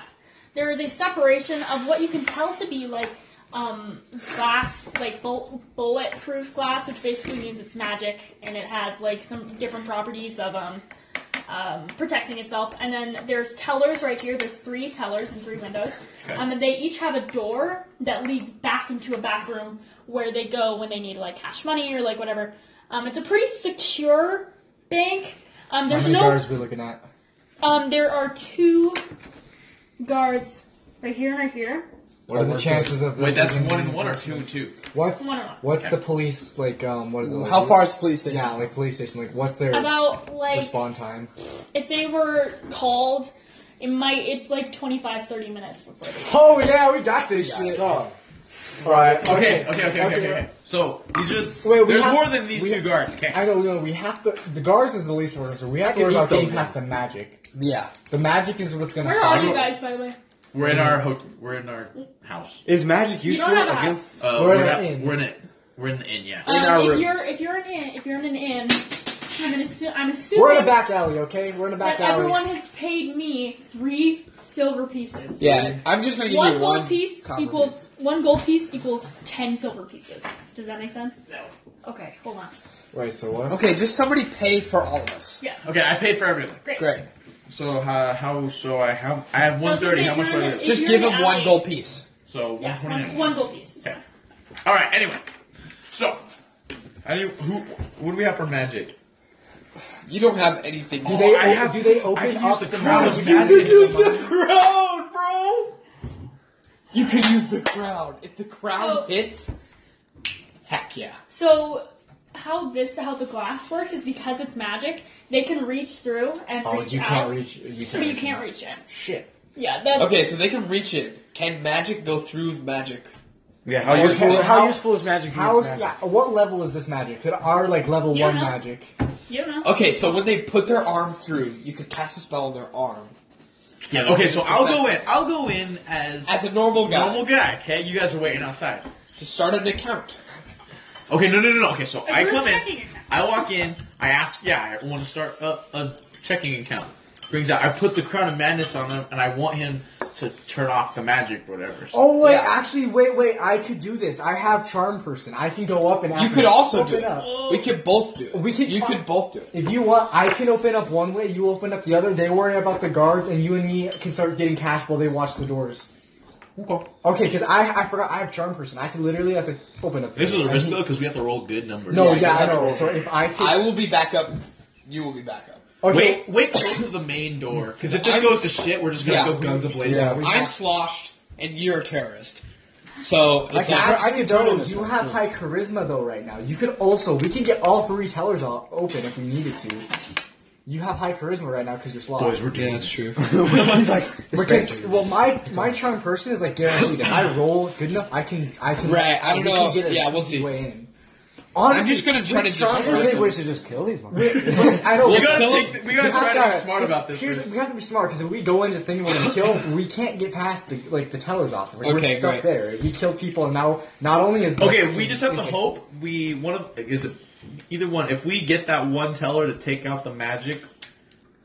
Speaker 2: There is a separation of what you can tell to be like um, glass, like bul- bulletproof glass, which basically means it's magic and it has like some different properties of um, um, protecting itself. And then there's tellers right here. There's three tellers and three windows.
Speaker 5: Okay.
Speaker 2: Um, and they each have a door that leads back into a back room where they go when they need like cash money or like whatever. Um, it's a pretty secure bank. Um, there's no
Speaker 4: we looking at?
Speaker 2: um, there are two guards right here and right here.
Speaker 4: What are the chances of?
Speaker 5: Wait, that's one and one or two and two.
Speaker 4: What's
Speaker 2: One and one.
Speaker 4: what's the police like? Um, what is it? Like,
Speaker 3: How far is the police station?
Speaker 4: Yeah, like police station. Like, what's their
Speaker 2: About like
Speaker 4: respond time?
Speaker 2: if they were called, it might it's like 25, 30 minutes before. They,
Speaker 4: Oh yeah, we got this shit. All right.
Speaker 5: Okay, okay, okay, okay, okay. okay. So these are.
Speaker 4: Wait, we
Speaker 5: there's
Speaker 4: have-
Speaker 5: more than these
Speaker 4: we-
Speaker 5: two guards. Okay.
Speaker 4: I know, no, we have to. The guards is the least important, so we have to worry about getting past the magic.
Speaker 3: Yeah.
Speaker 4: The magic is what's gonna
Speaker 2: where
Speaker 4: stop
Speaker 2: are you
Speaker 4: us.
Speaker 2: guys, by the way?
Speaker 5: We're in our hotel. We're in our house.
Speaker 6: Is magic
Speaker 2: You
Speaker 6: useful
Speaker 2: don't have a
Speaker 6: against?
Speaker 5: Uh,
Speaker 4: We're in
Speaker 5: we're,
Speaker 4: an
Speaker 5: at-
Speaker 4: inn.
Speaker 5: we're in it. We're in the inn. Yeah.
Speaker 2: Um,
Speaker 3: our
Speaker 2: if
Speaker 3: rooms.
Speaker 2: you're if you're an in if you're in an inn, I'm gonna assu- I'm assuming
Speaker 4: We're in a back alley, okay? We're in a back
Speaker 2: that
Speaker 4: alley.
Speaker 2: everyone has paid me three silver pieces.
Speaker 1: Yeah, I'm just gonna give
Speaker 2: One
Speaker 1: you
Speaker 2: gold
Speaker 1: one
Speaker 2: piece
Speaker 1: copper
Speaker 2: equals one gold piece equals ten silver pieces. Does that make sense?
Speaker 5: No.
Speaker 2: Okay, hold on.
Speaker 4: Wait, so what?
Speaker 1: piece. Okay, just somebody pay for all of us.
Speaker 2: Yes.
Speaker 5: Okay, I paid for everything.
Speaker 2: Great.
Speaker 1: Great.
Speaker 5: So uh, how? So I have. I have
Speaker 2: So
Speaker 5: one
Speaker 2: it's just
Speaker 5: thirty. How
Speaker 2: if
Speaker 5: much do
Speaker 2: you're
Speaker 5: I
Speaker 2: in
Speaker 5: lose?
Speaker 2: the-
Speaker 1: Just
Speaker 2: you're
Speaker 1: give
Speaker 2: in
Speaker 1: him
Speaker 2: the
Speaker 1: one
Speaker 2: alley-
Speaker 1: gold piece.
Speaker 5: So one
Speaker 2: Yeah,
Speaker 5: twenty
Speaker 2: one,
Speaker 5: nine.
Speaker 2: one gold piece.
Speaker 5: Okay. All right. Anyway. So. How do you, who? What do we have for magic?
Speaker 1: You don't have anything.
Speaker 4: Do they
Speaker 5: I
Speaker 4: o-
Speaker 5: have-
Speaker 4: do they
Speaker 5: I
Speaker 4: open
Speaker 5: can use
Speaker 4: up
Speaker 5: the crowd.
Speaker 4: the
Speaker 5: You can
Speaker 4: magic?
Speaker 5: use the crowd, bro.
Speaker 1: You could use the crowd. If the crowd
Speaker 2: So-
Speaker 1: hits, heck yeah.
Speaker 2: So how this how the glass works is because it's magic, they can reach through and
Speaker 4: Oh,
Speaker 2: reach
Speaker 4: you
Speaker 2: out.
Speaker 4: can't reach. You
Speaker 2: so
Speaker 4: can't.
Speaker 2: you
Speaker 4: reach
Speaker 2: can't reach it.
Speaker 4: Shit.
Speaker 2: Yeah, that
Speaker 1: Okay, so they can reach it. Can magic go through magic?
Speaker 6: Yeah, how
Speaker 4: Okay,
Speaker 6: useful?
Speaker 4: how-
Speaker 6: How useful is magic
Speaker 4: How is
Speaker 6: against magic?
Speaker 4: that? What level is this magic? Could our like level
Speaker 2: You
Speaker 4: one
Speaker 2: don't know.
Speaker 4: magic?
Speaker 2: you don't know.
Speaker 1: Okay, so when they put their arm through, you could cast a spell on their arm.
Speaker 5: Yeah. Okay. So
Speaker 1: just
Speaker 5: I'll
Speaker 1: the
Speaker 5: go in.
Speaker 1: best.
Speaker 5: I'll go in as
Speaker 1: As a normal guy,
Speaker 5: normal guy. Okay. You guys are waiting outside.
Speaker 1: to start an account.
Speaker 5: Okay. No. No. No. no. Okay. So
Speaker 2: But
Speaker 5: I
Speaker 2: you're
Speaker 5: come in.
Speaker 2: checking it now.
Speaker 5: I walk in, I ask, yeah, I want to start a, a checking account. Brings out, I put the crown of madness on him, and I want him to turn off the magic, whatever.
Speaker 4: Oh wait,
Speaker 1: Yeah.
Speaker 4: actually, wait, wait. I could do this. I have charm person. I can go up and. Ask
Speaker 1: You
Speaker 4: him,
Speaker 1: could also do it.
Speaker 4: "Open up."
Speaker 1: We could both do it.
Speaker 4: We could
Speaker 1: You
Speaker 4: fi-
Speaker 1: could both do it.
Speaker 4: If you want, I can open up one way, you open up the other. They worry about the guards, and you and me can start getting cash while they watch the doors.
Speaker 5: Okay.
Speaker 4: Okay, because I I forgot I have charm person. I can literally as like open up.
Speaker 5: This is a risk
Speaker 4: And
Speaker 5: though, because we have to roll good numbers.
Speaker 4: he-
Speaker 1: Yeah,
Speaker 4: No, yeah,
Speaker 1: you
Speaker 4: I
Speaker 1: have to
Speaker 4: know.
Speaker 1: roll.
Speaker 4: So if I can,
Speaker 1: I will be back up. You will be back up.
Speaker 4: okay,
Speaker 5: Wait, wait close to the main door, because if this
Speaker 1: I'm-
Speaker 5: goes to shit, we're just gonna
Speaker 1: Yeah.
Speaker 5: go guns ablaze.
Speaker 4: Yeah,
Speaker 5: out.
Speaker 4: we-
Speaker 1: I'm sloshed, and you're a terrorist. So
Speaker 4: I
Speaker 1: it's
Speaker 4: can,
Speaker 1: like,
Speaker 4: I can
Speaker 3: turn
Speaker 4: go.
Speaker 3: this
Speaker 4: You
Speaker 3: one,
Speaker 4: have
Speaker 3: too.
Speaker 4: high charisma though right now. You could also we can get all three tellers all open if we needed to. You have high charisma right now because you're slow.
Speaker 5: Boys, we're doing
Speaker 1: that's
Speaker 5: this.
Speaker 6: He's like,
Speaker 4: Because well, my my charm person is like guaranteed. if I roll good enough, I can I can.
Speaker 1: Right, I don't
Speaker 4: we
Speaker 1: know.
Speaker 4: Can get a
Speaker 1: yeah, we'll
Speaker 4: easy
Speaker 1: see.
Speaker 4: Way in. Honestly,
Speaker 1: I'm just gonna try to
Speaker 4: with charm
Speaker 1: disperse
Speaker 4: person-
Speaker 1: them.
Speaker 6: should just kill these
Speaker 4: we-
Speaker 6: motherfuckers.
Speaker 4: I know.
Speaker 5: We
Speaker 4: but-
Speaker 5: gotta
Speaker 1: Kill-
Speaker 5: take. th- We gotta
Speaker 4: we
Speaker 5: try
Speaker 4: just
Speaker 5: to be
Speaker 4: gotta-
Speaker 5: smart about this.
Speaker 4: Here's,
Speaker 5: first.
Speaker 4: we have to be smart because if we go in just thinking we're gonna kill, we can't get past the like the teller's office. Like, we're
Speaker 1: Okay,
Speaker 4: stuck
Speaker 1: great.
Speaker 4: there. We kill people, and now not only is the-
Speaker 5: Okay, we just have
Speaker 4: is
Speaker 5: to
Speaker 4: the-
Speaker 5: hope we one of is it either one. If we get that one teller to take out the magic,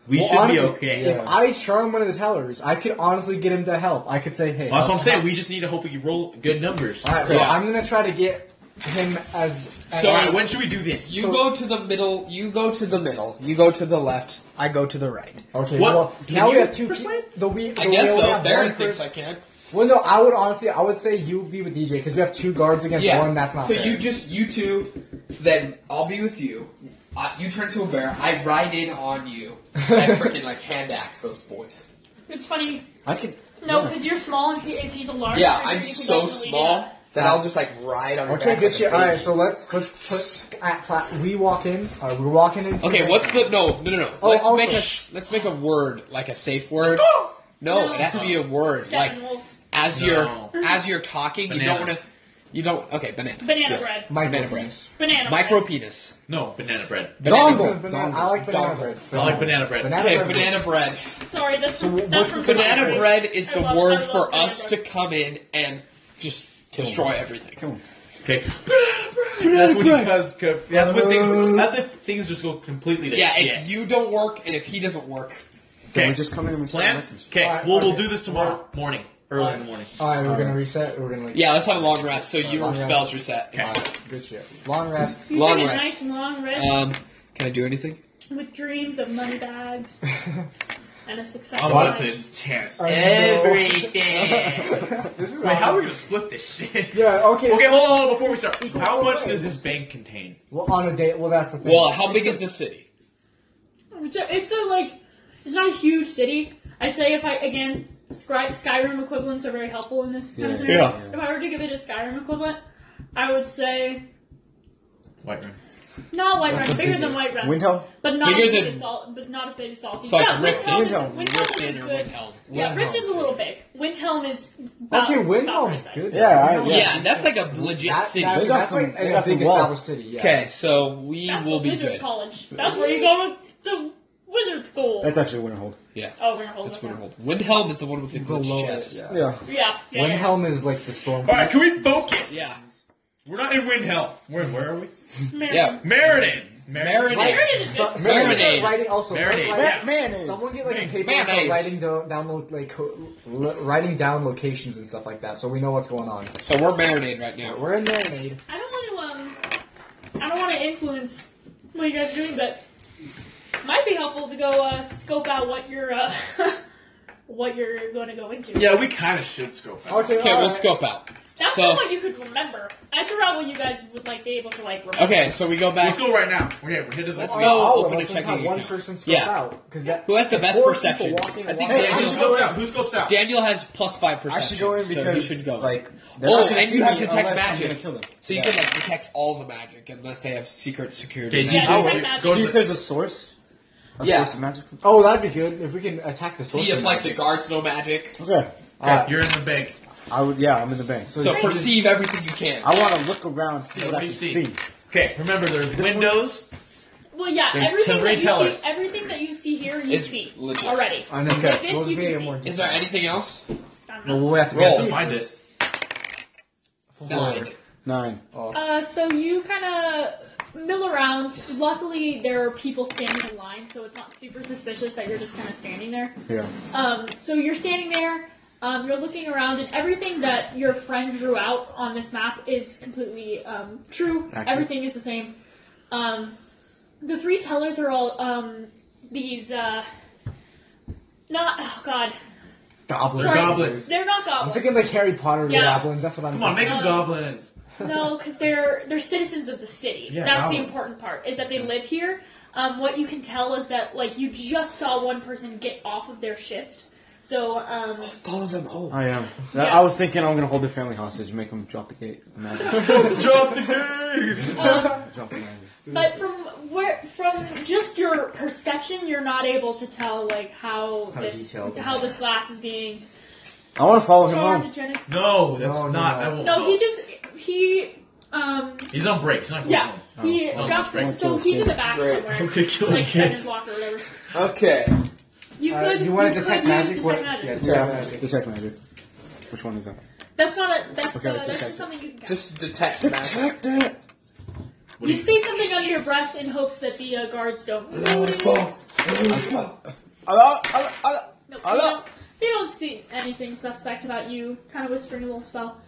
Speaker 5: we
Speaker 4: Well,
Speaker 5: should
Speaker 4: honestly,
Speaker 5: be okay.
Speaker 4: If I charm one of the tellers, I could honestly get him to help. I could say, "Hey."
Speaker 5: Well, that's what I'm saying. We just need to hope we can roll good numbers.
Speaker 4: All right, so I'm gonna try to get him as.
Speaker 1: So
Speaker 5: All
Speaker 4: as-
Speaker 5: right, when should we do this?
Speaker 1: you
Speaker 4: so-
Speaker 1: go to the middle. You go to the middle. You go to the left. I go to the right.
Speaker 4: Okay,
Speaker 5: What?
Speaker 4: well,
Speaker 5: Can
Speaker 4: now we
Speaker 5: you
Speaker 4: have two people.
Speaker 5: persuade?
Speaker 4: The we, the
Speaker 1: I guess
Speaker 4: we only
Speaker 1: so.
Speaker 4: have
Speaker 1: Baron
Speaker 4: one
Speaker 1: thinks
Speaker 4: per-
Speaker 1: I can.
Speaker 4: Well, no, I would honestly, I would say you would be with DJ because we have two guards against
Speaker 1: Yeah.
Speaker 4: one. That's not
Speaker 1: so
Speaker 4: fair.
Speaker 1: you just you two. Then I'll be with you.
Speaker 3: Uh, you turn to a bear. I ride in on you. I freaking like hand axe those boys.
Speaker 2: It's funny.
Speaker 6: I could.
Speaker 2: No,
Speaker 6: Yeah.
Speaker 2: because you're small, and he, if he's a large,
Speaker 3: Yeah,
Speaker 2: creature,
Speaker 3: I'm
Speaker 2: you can
Speaker 3: so
Speaker 2: definitely do
Speaker 3: small
Speaker 2: that.
Speaker 3: that I'll just like ride on. your
Speaker 4: Okay,
Speaker 3: back
Speaker 4: good
Speaker 3: like a
Speaker 4: shit. All right,
Speaker 3: baby.
Speaker 4: so let's let's put at pla- we walk in. All right, we're walking in.
Speaker 1: Okay, what's the no no no no?
Speaker 4: Oh,
Speaker 1: let's
Speaker 4: also-
Speaker 1: make a let's make a word like a safe word. No, it has to be a word. Like
Speaker 2: Steppenwolf.
Speaker 1: as
Speaker 5: No.
Speaker 1: you're as you're talking, you don't
Speaker 5: Banana.
Speaker 1: want to. You don't. Okay, banana.
Speaker 2: Banana
Speaker 1: Good.
Speaker 2: bread.
Speaker 4: Micro-
Speaker 1: Banana bread.
Speaker 2: Banana
Speaker 1: Micro
Speaker 2: bread.
Speaker 1: penis.
Speaker 5: No, banana bread.
Speaker 1: Banana
Speaker 4: Banana,
Speaker 1: bread.
Speaker 4: banana- I like banana
Speaker 3: Dongle.
Speaker 4: bread.
Speaker 5: I like banana bread.
Speaker 4: Banana
Speaker 1: Okay,
Speaker 4: bread.
Speaker 1: banana bread.
Speaker 2: Sorry, that's
Speaker 4: So
Speaker 2: from,
Speaker 4: what's
Speaker 2: that's from
Speaker 4: the
Speaker 1: Banana
Speaker 2: Sonic.
Speaker 1: bread is
Speaker 2: I
Speaker 1: the
Speaker 2: love- I
Speaker 1: word
Speaker 2: love
Speaker 1: for
Speaker 2: banana
Speaker 1: us to
Speaker 2: bread.
Speaker 1: come in and just destroy everything.
Speaker 5: Okay. That's when you guys go- That's when things. That's if things just go completely to
Speaker 1: Yeah,
Speaker 5: shit.
Speaker 1: if you don't work and if he doesn't work,
Speaker 6: Can
Speaker 5: Okay.
Speaker 6: we just come in and we start
Speaker 5: Plan.
Speaker 6: wrecking shit?
Speaker 5: Okay.
Speaker 4: Alright,
Speaker 5: we'll, we'll
Speaker 4: okay.
Speaker 5: do this tomorrow morning, early in the morning.
Speaker 4: All right, we're gonna reset. We're gonna like
Speaker 1: yeah, let's have a long rest so your
Speaker 4: Long rest.
Speaker 1: spells reset.
Speaker 5: Okay.
Speaker 4: good shit. Long rest.
Speaker 2: You
Speaker 1: Long
Speaker 2: take a
Speaker 1: rest.
Speaker 2: nice long rest
Speaker 1: Um, can I do anything?
Speaker 2: with dreams of money bags and a successful
Speaker 5: I'm about to
Speaker 2: life.
Speaker 5: enchant
Speaker 4: I know.
Speaker 5: everything.
Speaker 4: this is
Speaker 5: Wait, how are we
Speaker 4: awesome.
Speaker 5: gonna split this shit?
Speaker 4: Yeah. Okay.
Speaker 5: Okay, hold on, hold on. Before we start,
Speaker 4: Equal
Speaker 5: how much
Speaker 4: size.
Speaker 5: does this bank contain?
Speaker 4: Well, on a date. Well, that's the thing.
Speaker 1: Well, how big is the city?
Speaker 2: It's a, it's a like, it's not a huge city. I'd say if I again, Sky, Skyrim equivalents are very helpful in this kind of
Speaker 6: Yeah.
Speaker 2: scenario.
Speaker 1: Yeah.
Speaker 2: If I were to give it a Skyrim equivalent, I would say
Speaker 5: White room.
Speaker 2: not White
Speaker 6: What's the
Speaker 2: Run, bigger than
Speaker 6: biggest?
Speaker 2: White Run,
Speaker 6: Windhelm?
Speaker 2: but not
Speaker 1: Bigger
Speaker 2: as big
Speaker 1: than-
Speaker 2: as Salt, but not as big as Salty.
Speaker 1: It's like
Speaker 2: yeah,
Speaker 1: Rift.
Speaker 2: Windhelm is,
Speaker 4: Windhelm.
Speaker 2: Windhelm is
Speaker 1: Riften or
Speaker 2: good.
Speaker 1: Windhelm.
Speaker 2: Yeah,
Speaker 4: Windhelm.
Speaker 2: Riften's a little big. Windhelm is about,
Speaker 4: Okay,
Speaker 2: about
Speaker 4: Windhelm's
Speaker 2: our size.
Speaker 4: good.
Speaker 6: Yeah, I-
Speaker 4: Windhelm's
Speaker 1: Yeah,
Speaker 6: Yeah,
Speaker 1: that's like a legit
Speaker 4: That-
Speaker 1: city.
Speaker 4: That's,
Speaker 6: They got
Speaker 4: that's
Speaker 6: some-
Speaker 4: like
Speaker 6: they
Speaker 4: a
Speaker 6: got
Speaker 4: big
Speaker 6: some walls.
Speaker 4: established city. Yeah.
Speaker 1: Okay, so we
Speaker 2: That's
Speaker 1: will
Speaker 2: the
Speaker 1: be
Speaker 2: wizard
Speaker 1: good.
Speaker 2: college. That's where you go to wizard school.
Speaker 6: That's actually Winterhold.
Speaker 2: oh, we're gonna hold
Speaker 1: That's
Speaker 2: it.
Speaker 1: Winterhold. Windhelm is the one with the
Speaker 4: Below
Speaker 1: glitch
Speaker 4: it,
Speaker 1: chest.
Speaker 4: yeah.
Speaker 6: Yeah.
Speaker 2: Yeah, yeah. yeah.
Speaker 4: Windhelm is like the storm.
Speaker 5: All right, can we focus?
Speaker 1: Yeah.
Speaker 5: We're not in Windhelm. We're in where are we?
Speaker 2: Merriman.
Speaker 1: Yeah.
Speaker 5: Meriden.
Speaker 1: Meriden.
Speaker 2: Merriman is
Speaker 4: So,
Speaker 2: good.
Speaker 4: someone
Speaker 1: Marinade.
Speaker 4: start writing also.
Speaker 5: Marinade,
Speaker 4: Someone,
Speaker 5: yeah.
Speaker 4: write,
Speaker 6: Mayonnaise.
Speaker 4: someone get like a paper
Speaker 1: Mayonnaise.
Speaker 4: and start writing do- down lo- like co- lo- writing down locations and stuff like that, so we know what's going on.
Speaker 1: So we're marinating right now.
Speaker 4: We're in marinade.
Speaker 2: I don't want to. Um, I don't want to influence what you guys are doing, but might be helpful to go uh, scope out what you're uh, what you're going to go into.
Speaker 5: Yeah, we kind of should scope out.
Speaker 4: Okay,
Speaker 1: Okay,
Speaker 4: all
Speaker 1: we'll
Speaker 4: right.
Speaker 1: scope out.
Speaker 2: That's
Speaker 1: So
Speaker 2: what you could remember. I threw out what you guys would like be able to like remember.
Speaker 1: okay, so we go back.
Speaker 5: Let's go right now. Okay, we're headed to the.
Speaker 1: Let's
Speaker 4: All
Speaker 1: go
Speaker 4: right, all
Speaker 1: open
Speaker 4: of
Speaker 1: a
Speaker 4: us, let's
Speaker 1: checking
Speaker 4: have one
Speaker 1: account.
Speaker 4: person scope
Speaker 1: Yeah.
Speaker 4: out because that.
Speaker 1: Who has the best
Speaker 4: Four
Speaker 1: perception?
Speaker 4: people walking
Speaker 1: I think
Speaker 4: along.
Speaker 5: Hey, who
Speaker 1: Daniel,
Speaker 4: I'm
Speaker 5: scopes out? Who scopes out?
Speaker 1: Daniel has plus five
Speaker 6: I
Speaker 1: perception.
Speaker 6: should go in because
Speaker 1: so he should go.
Speaker 6: like.
Speaker 1: Oh, and you have to detect magic.
Speaker 6: i kill them.
Speaker 1: so you can like detect all the magic unless they have secret security.
Speaker 5: Okay,
Speaker 1: magic.
Speaker 5: you
Speaker 2: Yeah,
Speaker 5: go-
Speaker 2: detect magic.
Speaker 5: go
Speaker 6: See
Speaker 5: to
Speaker 6: if
Speaker 5: the-
Speaker 6: there's a source. A
Speaker 1: Yeah.
Speaker 6: source of magic.
Speaker 4: Oh, that'd be good if we can attack the source.
Speaker 1: See
Speaker 4: of
Speaker 1: if like the
Speaker 4: magic.
Speaker 1: guards know magic.
Speaker 6: Okay.
Speaker 4: All right.
Speaker 5: Okay, You're in the bank.
Speaker 6: I would. Yeah, I'm in the bank. So,
Speaker 1: So
Speaker 2: Great.
Speaker 1: perceive everything you can.
Speaker 6: I want to look around, see
Speaker 5: Yeah,
Speaker 6: what,
Speaker 5: what
Speaker 6: I
Speaker 5: do
Speaker 6: can
Speaker 5: you
Speaker 6: see.
Speaker 5: see? Okay, remember there's
Speaker 6: This one-
Speaker 5: windows.
Speaker 2: Well, yeah.
Speaker 5: There's
Speaker 2: everything
Speaker 5: three
Speaker 2: that you
Speaker 5: tellers.
Speaker 2: see, everything that you see here, you
Speaker 1: It's
Speaker 2: see
Speaker 1: legit.
Speaker 2: already.
Speaker 4: I know.
Speaker 2: This
Speaker 4: Okay, we'll
Speaker 2: you
Speaker 4: just
Speaker 2: can
Speaker 4: make it
Speaker 2: see.
Speaker 4: more.
Speaker 1: Is there anything else?
Speaker 2: I don't know.
Speaker 4: Well, we have to
Speaker 5: We have
Speaker 4: roll.
Speaker 5: to find it.
Speaker 1: Nine.
Speaker 6: Nine.
Speaker 2: Uh, so you kind of mill around. Luckily, there are people standing in line, so it's not super suspicious that you're just kind of standing there.
Speaker 6: Yeah.
Speaker 2: Um, so you're standing there, um, you're looking around, and everything that your friend drew out on this map is completely um, true.
Speaker 6: Accurate.
Speaker 2: Everything is the same. Um, the three tellers are all um, these. Uh, not oh god,
Speaker 4: Goblins.
Speaker 2: Sorry.
Speaker 5: goblins.
Speaker 2: they're not
Speaker 4: I'm
Speaker 2: goblins.
Speaker 4: thinking like Harry Potter
Speaker 2: Yeah.
Speaker 4: goblins. That's what I'm.
Speaker 5: Come on, make
Speaker 4: thinking.
Speaker 5: them goblins.
Speaker 2: No, because they're they're citizens of the city.
Speaker 5: Yeah,
Speaker 2: That's the
Speaker 5: ours.
Speaker 2: important part is that they live here. Um, what you can tell is that like you just saw one person get off of their shift. So um,
Speaker 1: Follow them. Oh.
Speaker 6: I am.
Speaker 2: Yeah.
Speaker 6: I was thinking I'm gonna hold the family hostage, make them drop the gate. Imagine.
Speaker 5: Drop the game.
Speaker 2: um,
Speaker 6: drop the gate.
Speaker 2: but from where from just your perception, you're not able to tell like how,
Speaker 4: How
Speaker 2: this
Speaker 4: detailed.
Speaker 2: how this glass is being.
Speaker 6: I want to
Speaker 4: Oh,
Speaker 6: follow him home.
Speaker 2: charged.
Speaker 5: No, that's
Speaker 4: No,
Speaker 5: not.
Speaker 4: no, no.
Speaker 5: That won't.
Speaker 2: No,
Speaker 5: work.
Speaker 2: he just he um
Speaker 5: He's on break. He's not going
Speaker 2: yeah
Speaker 5: home.
Speaker 2: he
Speaker 5: Oh.
Speaker 2: got
Speaker 5: Oh,
Speaker 2: so he's in the back
Speaker 1: Great.
Speaker 2: somewhere.
Speaker 5: Okay, kill the
Speaker 2: Like ten
Speaker 5: kids.
Speaker 2: his locker or whatever.
Speaker 1: Okay.
Speaker 2: You
Speaker 4: Uh,
Speaker 2: could
Speaker 4: you want to
Speaker 2: could
Speaker 4: detect
Speaker 2: use
Speaker 4: magic? What?
Speaker 2: detect magic.
Speaker 4: Yeah,
Speaker 6: Yeah.
Speaker 4: detect magic.
Speaker 6: Detect magic. Which one is that?
Speaker 2: That's not a. That's
Speaker 6: Okay,
Speaker 2: uh,
Speaker 6: just
Speaker 2: that's
Speaker 6: a
Speaker 2: just
Speaker 6: second.
Speaker 2: something you can. Just
Speaker 1: Just detect magic.
Speaker 6: Detect it.
Speaker 5: What do
Speaker 2: you say something under your breath in hopes that the uh, guards don't notice.
Speaker 6: Hello. Hello. Hello.
Speaker 2: No, they
Speaker 6: Hello?
Speaker 2: don't- They don't see anything suspect about you. Kind of whispering a little spell.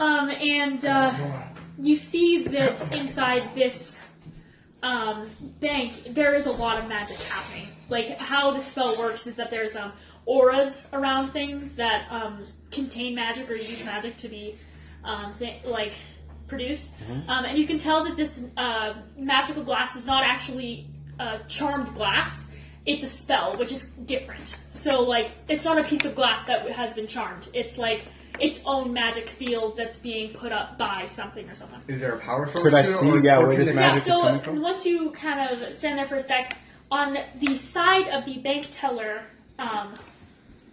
Speaker 2: Um, and uh, you see that inside this um, bank, there is a lot of magic happening. Like how the spell works is that there's um, auras around things that um, contain magic or use magic to be um, th- like produced, um, and you can tell that this uh, magical glass is not actually uh, charmed glass. It's a spell, which is different. So like, it's not a piece of glass that has been charmed. It's like its own magic field that's being put up by something or someone.
Speaker 4: Is there a power source?
Speaker 6: Could I
Speaker 4: to it,
Speaker 6: see,
Speaker 4: or-
Speaker 6: yeah,
Speaker 4: or
Speaker 6: where
Speaker 4: can
Speaker 6: this
Speaker 4: it-
Speaker 2: Yeah,
Speaker 6: magic is
Speaker 2: so
Speaker 6: coming from?
Speaker 2: once you kind of stand there for a sec, on the side of the bank teller um,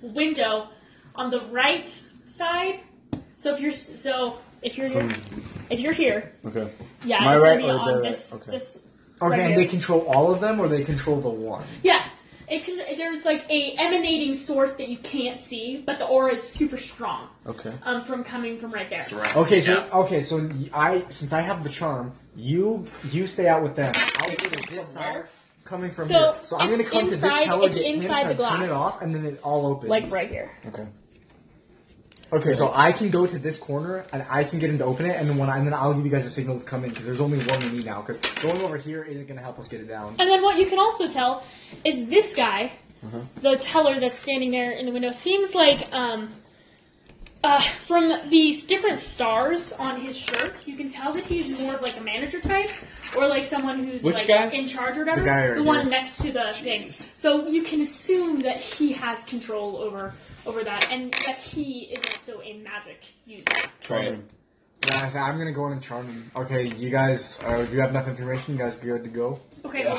Speaker 2: window, on the right side. So if you're s- so if you're here, if you're here,
Speaker 6: Okay.
Speaker 2: yeah,
Speaker 6: My
Speaker 2: it's
Speaker 6: right
Speaker 2: gonna be
Speaker 6: or
Speaker 2: on
Speaker 6: their
Speaker 2: this
Speaker 6: right? Okay.
Speaker 2: this
Speaker 4: Okay,
Speaker 2: Right
Speaker 4: and
Speaker 2: here.
Speaker 4: they control all of them, or they control the one.
Speaker 2: yeah. It can, there's like a emanating source that you can't see, but the aura is super strong
Speaker 6: Okay.
Speaker 2: um, from coming from right there.
Speaker 5: Right.
Speaker 4: Okay, so
Speaker 5: Yeah.
Speaker 4: okay, so y- I since I have the charm, you you stay out with them. I'll be from
Speaker 2: From
Speaker 4: this
Speaker 2: where?
Speaker 4: side, coming from
Speaker 2: So,
Speaker 4: here. So I'm
Speaker 2: it's
Speaker 4: gonna come to
Speaker 2: inside-
Speaker 4: this tower,
Speaker 2: it's
Speaker 4: get him,
Speaker 2: inside
Speaker 4: try
Speaker 2: the
Speaker 4: to turn
Speaker 2: glass.
Speaker 4: it off, and then it all opens.
Speaker 2: Like right here.
Speaker 6: Okay.
Speaker 4: Okay, so I can go to this corner and I can get him to open it, and then when I, and then I'll give you guys a signal to come in because there's only one we need now. Because going over here isn't gonna help us get it down.
Speaker 2: And then what you can also tell is this guy,
Speaker 4: Mm-hmm.
Speaker 2: the teller that's standing there in the window, seems like um, uh, from these different stars on his shirt, you can tell that he's more of like a manager type or like someone who's
Speaker 1: Which
Speaker 2: like
Speaker 1: guy?
Speaker 2: in charge or whatever.
Speaker 4: The guy right
Speaker 2: the one
Speaker 4: here.
Speaker 2: next to the thing. So you can assume that he has control over over that, and that he is also a magic user.
Speaker 1: Try it.
Speaker 4: Yeah, so I'm gonna go in and charm him. Okay, you guys, uh, if you have enough information, you guys good to go.
Speaker 2: Okay.